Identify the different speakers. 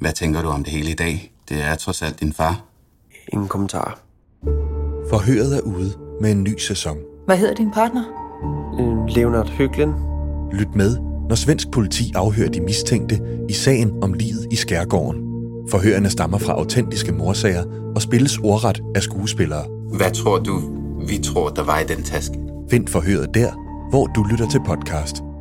Speaker 1: Hvad tænker du om det hele i dag? Det er trods alt din far.
Speaker 2: Ingen kommentarer.
Speaker 3: Forhøret er ude med en ny sæson.
Speaker 4: Hvad hedder din partner?
Speaker 2: Øh, Leonard Høglen.
Speaker 3: Lyt med, når svensk politi afhører de mistænkte i sagen om livet i skærgården. Forhørene stammer fra autentiske morsager og spilles ordret af skuespillere.
Speaker 1: Hvad tror du, vi tror, der var i den taske?
Speaker 3: Find forhøret der, hvor du lytter til podcast.